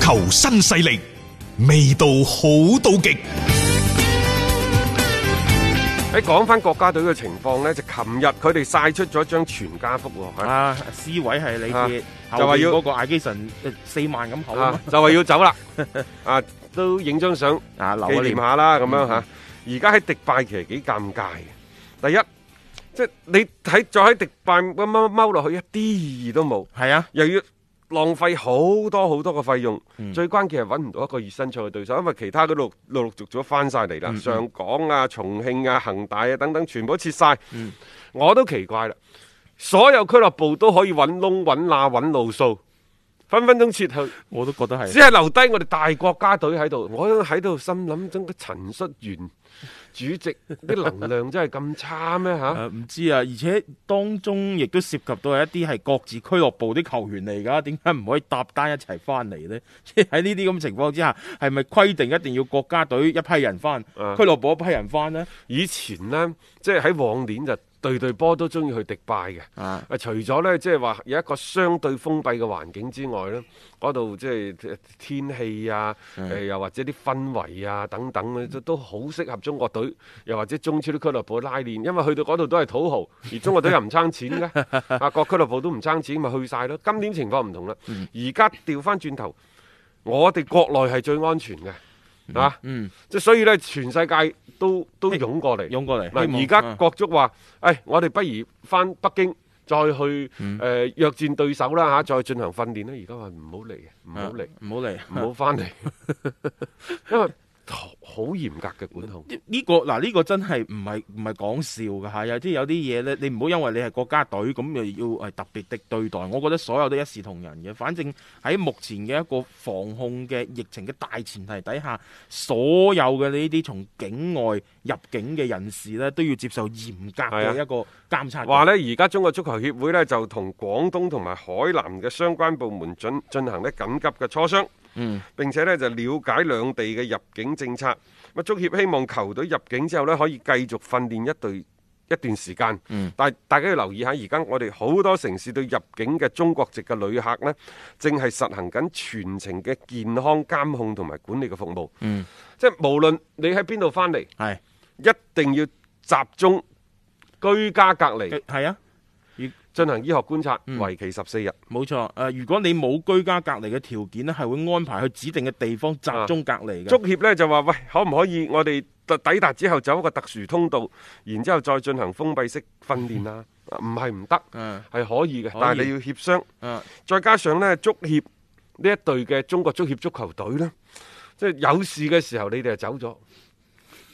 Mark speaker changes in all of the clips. Speaker 1: 球新勢力，味道好到極。
Speaker 2: 喺講翻國家隊嘅情況呢，就琴日佢哋晒出咗一張全家福喎，啊
Speaker 3: 啊，C 位係李傑，
Speaker 2: 啊
Speaker 3: 後
Speaker 2: 就話
Speaker 3: 邊
Speaker 2: 要
Speaker 3: 嗰個艾基臣呃四萬咁厚啊嘛
Speaker 2: 啊就話要走啦， 啊都影張相
Speaker 3: 啊嗯留
Speaker 2: 紀
Speaker 3: 一
Speaker 2: 念
Speaker 3: 年，
Speaker 2: 下啦，咁樣嚇。而家喺迪拜其實幾尷尬嘅，第一即係你睇再喺迪拜咁踎踎落去一啲都冇，
Speaker 3: 係啊，
Speaker 2: 又要浪費好多好多嘅費用，
Speaker 3: 嗯
Speaker 2: 最關鍵係揾唔到一個熱身賽嘅對手，因為其他嗰度陸陸續續翻晒嚟啦，
Speaker 3: 嗯嗯
Speaker 2: 上港啊、重慶啊、恒大啊等等，全部都撤晒。
Speaker 3: 嗯
Speaker 2: 我都奇怪啦，所有俱樂部都可以揾窿揾罅揾路數，分分鐘撤去。
Speaker 3: 我都覺得係
Speaker 2: 只。係留低我哋大國家隊喺度，我喺度心諗，真嘅陳戌源主席啲能量真係咁差咩吓？
Speaker 3: 誒唔知 啊，而且當中亦都涉及到一啲係各自俱樂部啲球員嚟㗎，點解唔可以搭單一齊翻嚟呢？ 即係喺呢啲咁情況之下，係咪規定一定要國家隊一批人翻，
Speaker 2: 啊
Speaker 3: 俱樂部一批人翻呢？
Speaker 2: 以前呢，即係喺往年就隊隊波都中意去迪拜嘅。
Speaker 3: 啊，
Speaker 2: 啊，除咗呢，即係話有一個相對封閉嘅環境之外呢，嗰度即係天氣啊，
Speaker 3: 嗯
Speaker 2: 誒、又或者啲氛圍啊等等咧，都都好適合中國隊，又或者中超啲俱樂部拉練，因為去到嗰度都係土 豪，而中國隊又唔爭錢嘅，啊各俱樂部都唔爭錢，咪去晒咯。今年情況唔同啦，
Speaker 3: 嗯
Speaker 2: 而家調翻轉頭，我哋國內係最安全嘅。啊，
Speaker 3: 嗯，
Speaker 2: 即係所以呢，全世界都都湧過嚟，
Speaker 3: 湧過嚟希
Speaker 2: 嗱，
Speaker 3: 望
Speaker 2: 而家
Speaker 3: 啊
Speaker 2: 國足話：，誒、我哋不如翻北京再去誒、
Speaker 3: 嗯
Speaker 2: 呃、約戰對手啦嚇，再進行訓練啦。而家話唔好嚟，唔好嚟，
Speaker 3: 啊唔好嚟，
Speaker 2: 唔好翻嚟， 因為好好嚴格嘅管控。
Speaker 3: 呢呢個嗱呢個真係唔係唔係講笑㗎嚇，有啲有啲嘢咧，你唔好因為你係國家隊咁又要係特別的對待。我覺得所有都一視同仁嘅，反正喺目前嘅一個防控嘅疫情嘅大前提底下，所有嘅呢啲從境外入境嘅人士咧，都要接受嚴格
Speaker 2: 係啊
Speaker 3: 嘅一個監察嘅。
Speaker 2: 話呢，而家中國足球協會呢，就同廣東同埋海南嘅相關部門進進行呢緊急嘅磋商。
Speaker 3: 嗯，
Speaker 2: 並且呢，就了解兩地嘅入境政策。咁啊足協希望球隊入境之後呢，可以繼續訓練一隊一段時間。
Speaker 3: 嗯
Speaker 2: 但係大家要留意下，而家我哋好多城市對入境嘅中國籍嘅旅客呢，正係實行緊全程嘅健康監控同埋管理嘅服務。
Speaker 3: 嗯，
Speaker 2: 即係無論你喺邊度翻嚟，
Speaker 3: 係
Speaker 2: 一定要集中居家隔離，
Speaker 3: 係啊。
Speaker 2: 進行醫學觀察，
Speaker 3: 嗯
Speaker 2: 為期十四日。
Speaker 3: 冇錯，誒、如果你冇居家隔離嘅條件咧，係會安排去指定嘅地方集中隔離嘅。
Speaker 2: 啊足協呢就話：喂，可唔可以我哋特抵達之後走一個特殊通道，然之後再進行封閉式訓練啊？啊唔係唔得，
Speaker 3: 嗯，
Speaker 2: 係可以嘅，
Speaker 3: 可以
Speaker 2: 但係你要協商。
Speaker 3: 嗯
Speaker 2: 再加上呢，足協呢一隊嘅中國足協足球隊呢，即係有事嘅時候你哋就走咗。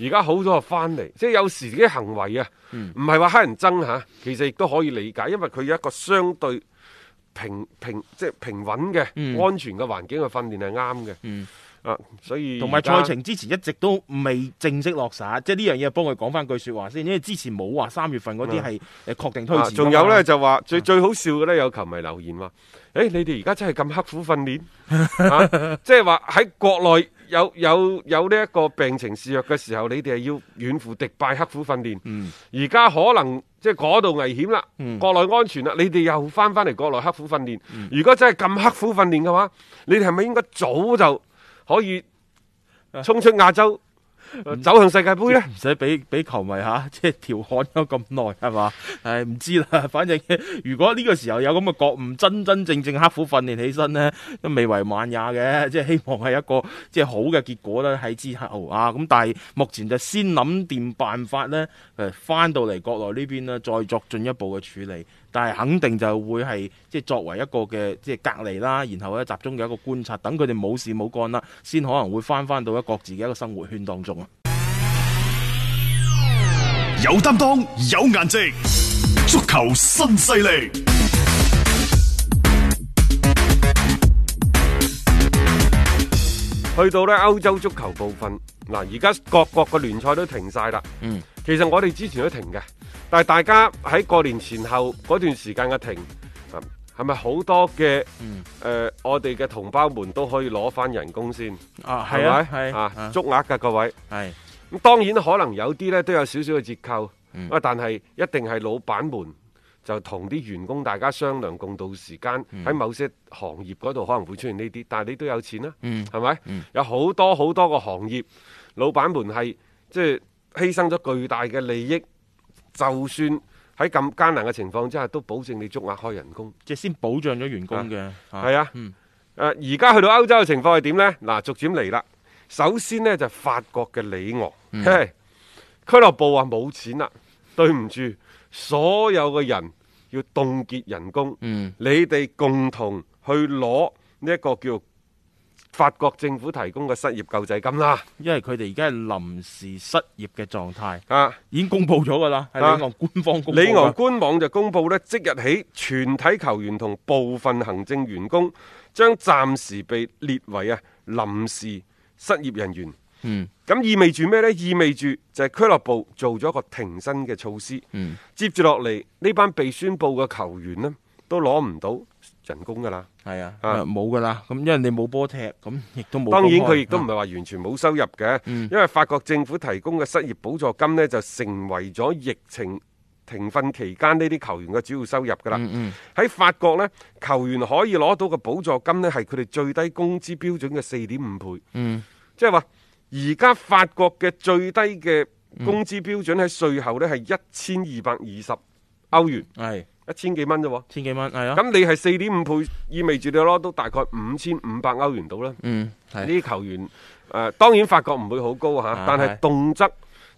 Speaker 2: 而家好咗就翻嚟，即係有時啲行為啊，
Speaker 3: 嗯
Speaker 2: 唔係話黑人憎嚇，其實亦都可以理解，因為佢有一個相對平平即係平穩嘅、
Speaker 3: 嗯
Speaker 2: 安全嘅環境去訓練係啱嘅。
Speaker 3: 嗯
Speaker 2: 啊，所以
Speaker 3: 同埋
Speaker 2: 而家
Speaker 3: 賽程之前一直都未正式落實，即係呢樣嘢幫佢講翻句説話先，因為之前冇話三月份嗰啲係誒確定推
Speaker 2: 嗯啊
Speaker 3: 遲。
Speaker 2: 仲有呢，，就話最最好笑嘅呢，有球迷留言話：，誒、你哋而家真係咁刻苦訓 練，啊即係話喺國內有有有呢一個病情肆虐嘅時候，你哋係要遠赴迪拜刻苦訓練。
Speaker 3: 嗯
Speaker 2: 而家可能即係嗰度危險啦，
Speaker 3: 嗯
Speaker 2: 國內安全啦，你哋又翻翻嚟國內刻苦訓練。如果真係咁刻苦訓練嘅話，你哋係咪應該早就可以衝出亞洲，呃走向世界盃呢？
Speaker 3: 唔使俾俾球迷嚇、 即係調侃咗咁耐係嘛？誒唔知啦， 反正如果呢個時候有咁嘅覺悟，真真正正刻苦訓練起身呢，都未為晚也嘅，即係希望係一個 即係好嘅結果啦。喺之後啊，咁但係目前就先諗掂辦法呢，誒翻到嚟國內呢邊呢，再作進一步嘅處理。但係肯定就會係即係作為一個嘅即係隔離啦，然後咧集中嘅一個觀察，等佢哋冇事冇幹啦，先可能會翻翻到一各自嘅一個生活圈當中啊。
Speaker 1: 有擔當，有顏值，足球新勢力。
Speaker 2: 去到咧歐洲足球部分，嗱而家各國嘅聯賽都停晒啦。
Speaker 3: 嗯，
Speaker 2: 其實我哋之前都停嘅，但係大家喺過年前後嗰段時間嘅停，啊係咪好多嘅誒、
Speaker 3: 嗯
Speaker 2: 呃我哋嘅同胞們都可以攞翻人工先，
Speaker 3: 啊，係
Speaker 2: 係咪
Speaker 3: 啊，係
Speaker 2: 啊
Speaker 3: 啊，
Speaker 2: 足額㗎各位。
Speaker 3: 係
Speaker 2: 咁當然可能有啲呢都有少少嘅折扣，
Speaker 3: 嗯
Speaker 2: 啊但係一定係老闆們就同啲員工大家商量共度時間，喺某些行業嗰度可能會出現呢啲，但係你都有錢啦，係咪？有好多好多個行業，老闆們係即係犧牲咗巨大嘅利益，就算喺咁艱難嘅情況之下，都保證你足額開人工。
Speaker 3: 即係先保障咗員工嘅，
Speaker 2: 係啊，
Speaker 3: 嗯
Speaker 2: 誒而家去到歐洲嘅情況係點呢？嗱，逐漸嚟啦。首先呢，就法國嘅里昂，
Speaker 3: 嗯
Speaker 2: 嘿俱樂部話冇錢啦，對唔住，所有嘅人要凍結人工，
Speaker 3: 嗯
Speaker 2: 你哋共同去攞呢一個叫法國政府提供嘅失業救濟金啦，
Speaker 3: 因為佢哋而家係臨時失業嘅狀態，
Speaker 2: 啊！
Speaker 3: 已經公佈咗㗎啦，係
Speaker 2: 啊
Speaker 3: 里昂官方公佈㗎。
Speaker 2: 里昂官網就公布呢即日起全體球員同部分行政員工將暫時被列為啊臨時失業人員。
Speaker 3: 嗯，
Speaker 2: 咁意味住咩呢？意味住就係俱樂部做咗一個停薪嘅措施。
Speaker 3: 嗯
Speaker 2: 接住落嚟呢班被宣佈嘅球員呢，都攞唔到人工㗎啦。
Speaker 3: 係啊，
Speaker 2: 啊
Speaker 3: 冇㗎啦。咁因為你冇波踢，咁亦都冇波開。
Speaker 2: 當然佢亦都唔
Speaker 3: 啊
Speaker 2: 係話完全冇收入嘅，
Speaker 3: 嗯
Speaker 2: 因為法國政府提供嘅失業補助金呢，就成為咗疫情停訓期間呢啲球員嘅主要收入㗎啦。
Speaker 3: 嗯嗯
Speaker 2: 喺法國呢，球員可以攞到嘅補助金呢，係佢哋最低工資標準嘅四點五倍。
Speaker 3: 嗯
Speaker 2: 即係話而家法國嘅最低嘅工資標準喺税後呢係一千二百二十歐元，
Speaker 3: 係
Speaker 2: 一千幾蚊啫喎。
Speaker 3: 千幾蚊係啊。
Speaker 2: 咁你係四點五倍，意味住你攞到大概五千五百歐元到啦。
Speaker 3: 嗯
Speaker 2: 呢
Speaker 3: 係
Speaker 2: 啲球員誒、呃、當然法國唔會好高嚇，
Speaker 3: 啊
Speaker 2: 但
Speaker 3: 係
Speaker 2: 係動則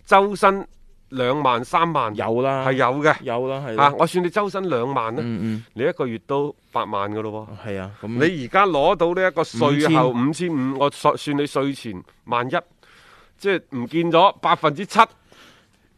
Speaker 2: 周薪兩萬三萬
Speaker 3: 有啦，
Speaker 2: 係有嘅
Speaker 3: 有啦，係
Speaker 2: 嚇、啊
Speaker 3: 啦。
Speaker 2: 我算你周薪兩萬啦，啊
Speaker 3: 嗯嗯
Speaker 2: 你一個月都八萬嘅咯喎。
Speaker 3: 係啊。咁
Speaker 2: 你而家攞到呢一個税後五千五，我算算你税前萬一，即係唔見咗百分之七，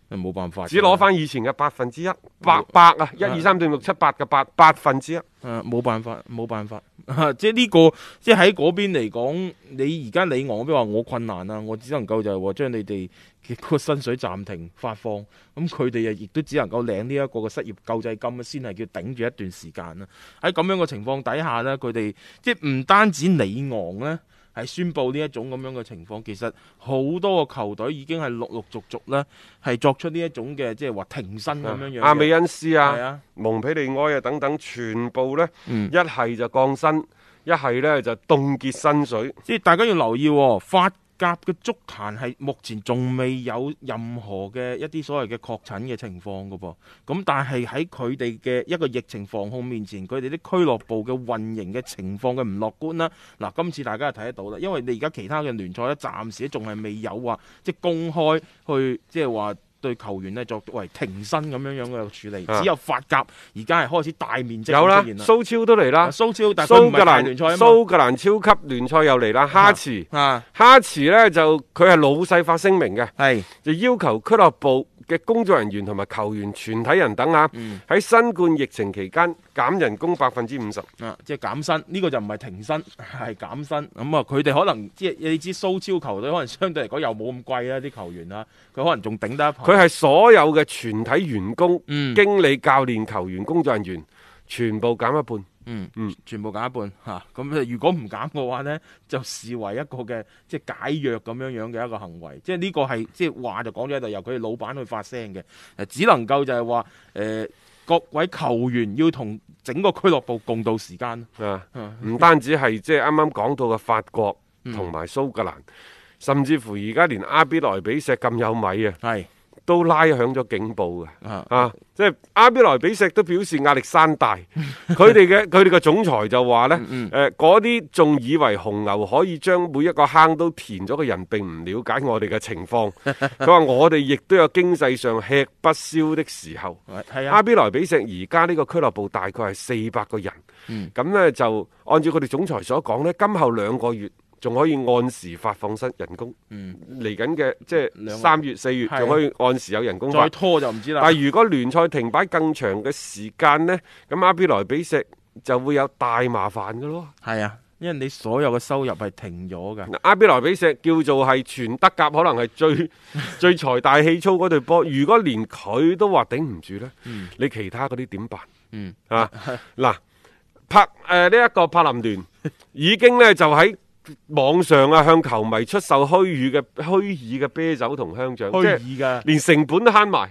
Speaker 3: 你冇辦法㗎，
Speaker 2: 只攞翻以前嘅百分之一，百
Speaker 3: 嗯
Speaker 2: 八啊，一二三四五六七八嘅八百分之一。
Speaker 3: 啊，冇辦法，冇辦法， 即係呢、個，即係喺嗰邊嚟講，你而家你我，比如話我困難啦，我只能夠就係話將你哋嘅個薪水暫停發放，咁佢哋又亦都只能夠領呢一個嘅失業救濟金啊先係叫頂住一段時間啦。喺咁樣嘅情況底下呢，佢哋即係唔單止里昂呢。係宣布呢一種咁樣嘅情況，其實好多個球隊已經係陸陸續續呢，係作出呢一種嘅即係話停薪咁樣樣嘅。
Speaker 2: 阿美恩斯
Speaker 3: 嗯係
Speaker 2: 啊、
Speaker 3: 啊，
Speaker 2: 蒙彼利埃啊等等，全部呢，
Speaker 3: 嗯
Speaker 2: 一係就降薪，一係呢就凍結薪水。
Speaker 3: 即係大家要留意、喎，法甲嘅足壇係目前仲未有任何嘅一啲所謂嘅確診嘅情況嘅噃。咁但係喺佢哋嘅一個疫情防控面前，佢哋啲俱樂部嘅運營嘅情況嘅唔樂觀啦。嗱，今次大家就睇得到啦，因為你而家其他嘅聯賽咧，暫時仲係未有話即係公開去即係話。對球員咧作為停薪咁樣樣嘅處理，
Speaker 2: 啊
Speaker 3: 只有法甲而家係開始大面積
Speaker 2: 有啦，
Speaker 3: 咁出現啦。
Speaker 2: 蘇超都嚟啦，
Speaker 3: 蘇超，但係佢
Speaker 2: 蘇
Speaker 3: 唔
Speaker 2: 格
Speaker 3: 係大
Speaker 2: 蘭
Speaker 3: 聯賽啊嘛
Speaker 2: 蘇格蘭超級聯賽又嚟啦，哈茨。
Speaker 3: 啊，
Speaker 2: 哈茨呢，就佢係老細發聲明嘅。
Speaker 3: 係
Speaker 2: 就要求俱樂部嘅工作人員同埋球員全體人等啊，
Speaker 3: 嗯
Speaker 2: 喺新冠疫情期間減人工百分之五十。
Speaker 3: 啊，即係減薪，呢、個就唔係停薪，係減薪。咁、啊，佢哋可能即係你知蘇超球隊可能相對嚟講又冇咁貴啦，啲球員啦，佢可能仲頂得一排。
Speaker 2: 佢係所有嘅全體員工、
Speaker 3: 嗯
Speaker 2: 經理、教練、球員、工作人員全部減一半。
Speaker 3: 嗯
Speaker 2: 嗯
Speaker 3: 全部減一半嚇。咁、如果唔減嘅話呢，就視為一個嘅即係解約咁樣樣嘅一個行為。即係呢個係即係話就講咗喺度，由佢哋老闆去發聲嘅。誒，只能夠就係話誒，各位球員要同整個俱樂部共度時間。
Speaker 2: 啊
Speaker 3: 啊，
Speaker 2: 唔單止係即係啱啱講到嘅法國同埋蘇格蘭，甚至乎而家連阿比萊比錫咁有米啊，
Speaker 3: 係
Speaker 2: 都拉響咗警報嘅。
Speaker 3: 啊，
Speaker 2: 啊！即係阿比萊比錫都表示壓力山大，佢哋嘅佢哋嘅總裁就話呢，誒嗰啲仲以為紅牛可以將每一個坑都填咗嘅人並唔了解我哋嘅情況。佢話我哋亦都有經濟上吃不消的時候。
Speaker 3: 係啊
Speaker 2: 阿，比萊比錫而家呢個俱樂部大概係四百個人，
Speaker 3: 嗯
Speaker 2: 咁呢、就按照佢哋總裁所講呢，今後兩個月仲可以按時發放薪人工，
Speaker 3: 嗯
Speaker 2: 嚟緊嘅即係
Speaker 3: 兩個
Speaker 2: 三月四月
Speaker 3: 係啊
Speaker 2: 仲可以按時有人工發
Speaker 3: 再。拖就唔知啦。
Speaker 2: 但係如果聯賽停擺更長嘅時間呢，咁阿比萊比錫就會有大麻煩嘅咯。
Speaker 3: 係啊，因為你所有嘅收入係停咗噶。
Speaker 2: 阿比萊比錫叫做係全德甲可能係最最財大氣粗嗰隊波，如果連佢都話頂唔住呢，
Speaker 3: 嗯
Speaker 2: 你其他嗰啲點辦？
Speaker 3: 嗯
Speaker 2: 啊，嗱，柏誒呢一個柏林聯已經呢就喺。網上啊，向球迷出售虛擬嘅虛擬嘅啤酒同香腸，即係
Speaker 3: 虛擬噶，啊
Speaker 2: 連成本都慳埋。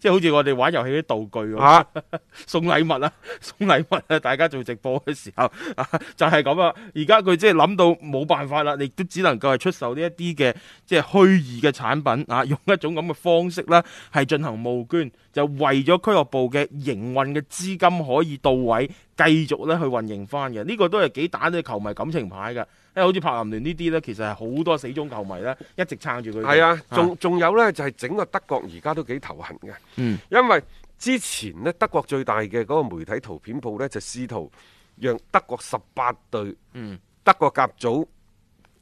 Speaker 3: 即係好似我哋玩遊戲啲道具咁，
Speaker 2: 啊，
Speaker 3: 送禮物啊， 送禮物啊！大家做直播嘅時候啊，就係咁啊！而家佢即係諗到冇辦法啦，亦都只能夠係出售呢一啲嘅即係虛擬嘅產品啊，用一種咁嘅方式啦，係進行募捐，就為咗俱樂部嘅營運嘅資金可以到位，繼續咧去運營翻嘅。呢、個都係幾打呢球迷感情牌㗎，因為好似柏林聯呢啲咧，其實係好多死忠球迷咧一直撐住佢哋。
Speaker 2: 係啊，仲仲有呢，就係、整個德國而家都幾頭痕嘅，
Speaker 3: 嗯
Speaker 2: 因為之前呢，德國最大嘅嗰個媒體圖片鋪呢，就試圖讓德國十八隊
Speaker 3: 嗯
Speaker 2: 德國甲組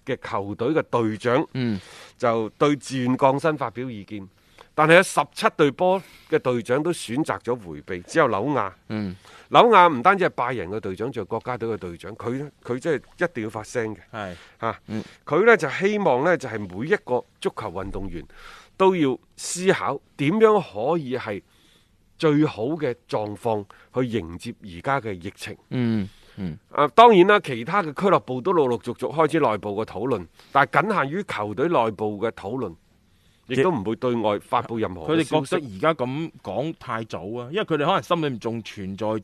Speaker 2: 嘅球隊嘅隊長
Speaker 3: 嗯
Speaker 2: 就對自願降薪發表意見，但係有十七隊波嘅隊長都選擇咗迴避，只有紐亞。
Speaker 3: 嗯，
Speaker 2: 紐亞唔單止係拜仁嘅隊長，仲係國家隊嘅隊長，佢呢佢真係一定要發聲嘅。
Speaker 3: 係
Speaker 2: 嚇
Speaker 3: 嗯，
Speaker 2: 啊佢呢就希望呢，就係每一個足球運動員都要思考點樣可以係最好嘅狀況去迎接而家嘅疫情。
Speaker 3: 嗯
Speaker 2: 啊，當然啦，其他嘅俱樂部都陸陸續續開始內部嘅討論，但係僅限於球隊內部嘅討論，亦都唔會對外發布任何
Speaker 3: 佢
Speaker 2: 嘅
Speaker 3: 哋
Speaker 2: 消息
Speaker 3: 覺得而家咁講太早啊，因為佢哋可能心裏面仲存在住，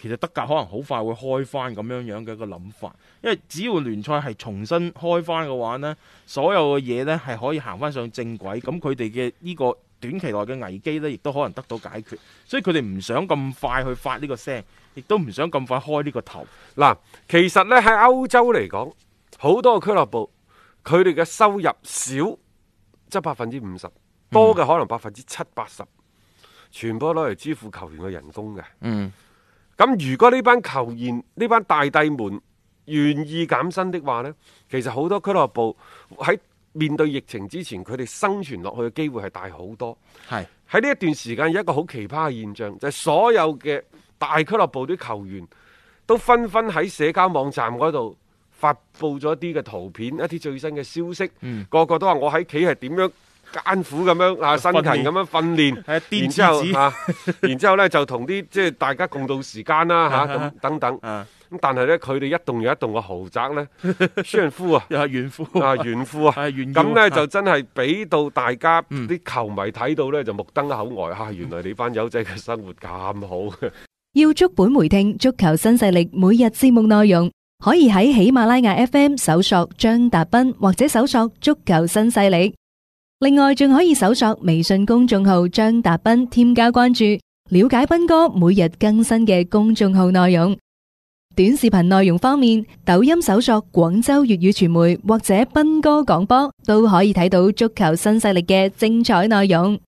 Speaker 3: 其實德甲可能好快會開翻咁樣樣嘅一個諗法，因為只要聯賽係重新開翻嘅話呢，所有嘅嘢呢係可以行翻上正軌，咁佢哋嘅呢個短期內嘅危機呢，亦都可能得到解決，所以佢哋唔想咁快去發呢個聲，亦都唔想咁快開呢個頭。
Speaker 2: 嗱，其實呢，喺歐洲嚟講，好多嘅俱樂部佢哋嘅收入少，即百分之五十，多嘅可能百分之七八十，全部攞嚟支付球員嘅人工嘅。
Speaker 3: 嗯
Speaker 2: 咁如果呢班球員呢班大帝們願意減薪的話呢，其實好多俱樂部喺面對疫情之前，佢哋生存落去嘅機會係大好多。
Speaker 3: 係
Speaker 2: 喺呢一段時間有一個好奇葩嘅現象，就係、所有嘅大俱樂部啲球員都紛紛喺社交網站嗰度發布咗一啲嘅圖片、一啲最新嘅消息，
Speaker 3: 嗯
Speaker 2: 個個都話我喺企係點樣。艱苦咁樣 啊，辛勤咁樣訓練，
Speaker 3: 係啊癲
Speaker 2: 然之後
Speaker 3: 之子
Speaker 2: 啊，然之後咧就同啲即係大家共度時間啦嚇，咁、等等。
Speaker 3: 啊，
Speaker 2: 咁但係咧，佢哋一棟又一棟嘅豪宅 咧，舒夫啊，
Speaker 3: 又係怨婦
Speaker 2: 啊炫富啊，
Speaker 3: 係炫耀
Speaker 2: 咁呢就真係俾到大家
Speaker 3: 嗯
Speaker 2: 啲球迷睇到呢，就目瞪口呆嚇，原來你班友仔嘅生活咁好嘅。
Speaker 4: 要足本回聽足球新勢力每日節目內容，可以喺喜馬拉雅 FM 搜索張達斌或者搜索足球新勢力。另外，仲可以搜索微信公眾號張達斌，添加關注，了解斌哥每日更新嘅公眾號內容。短視頻內容方面，抖音搜索廣州粵語傳媒或者斌哥廣播，都可以睇到足球新勢力嘅精彩內容。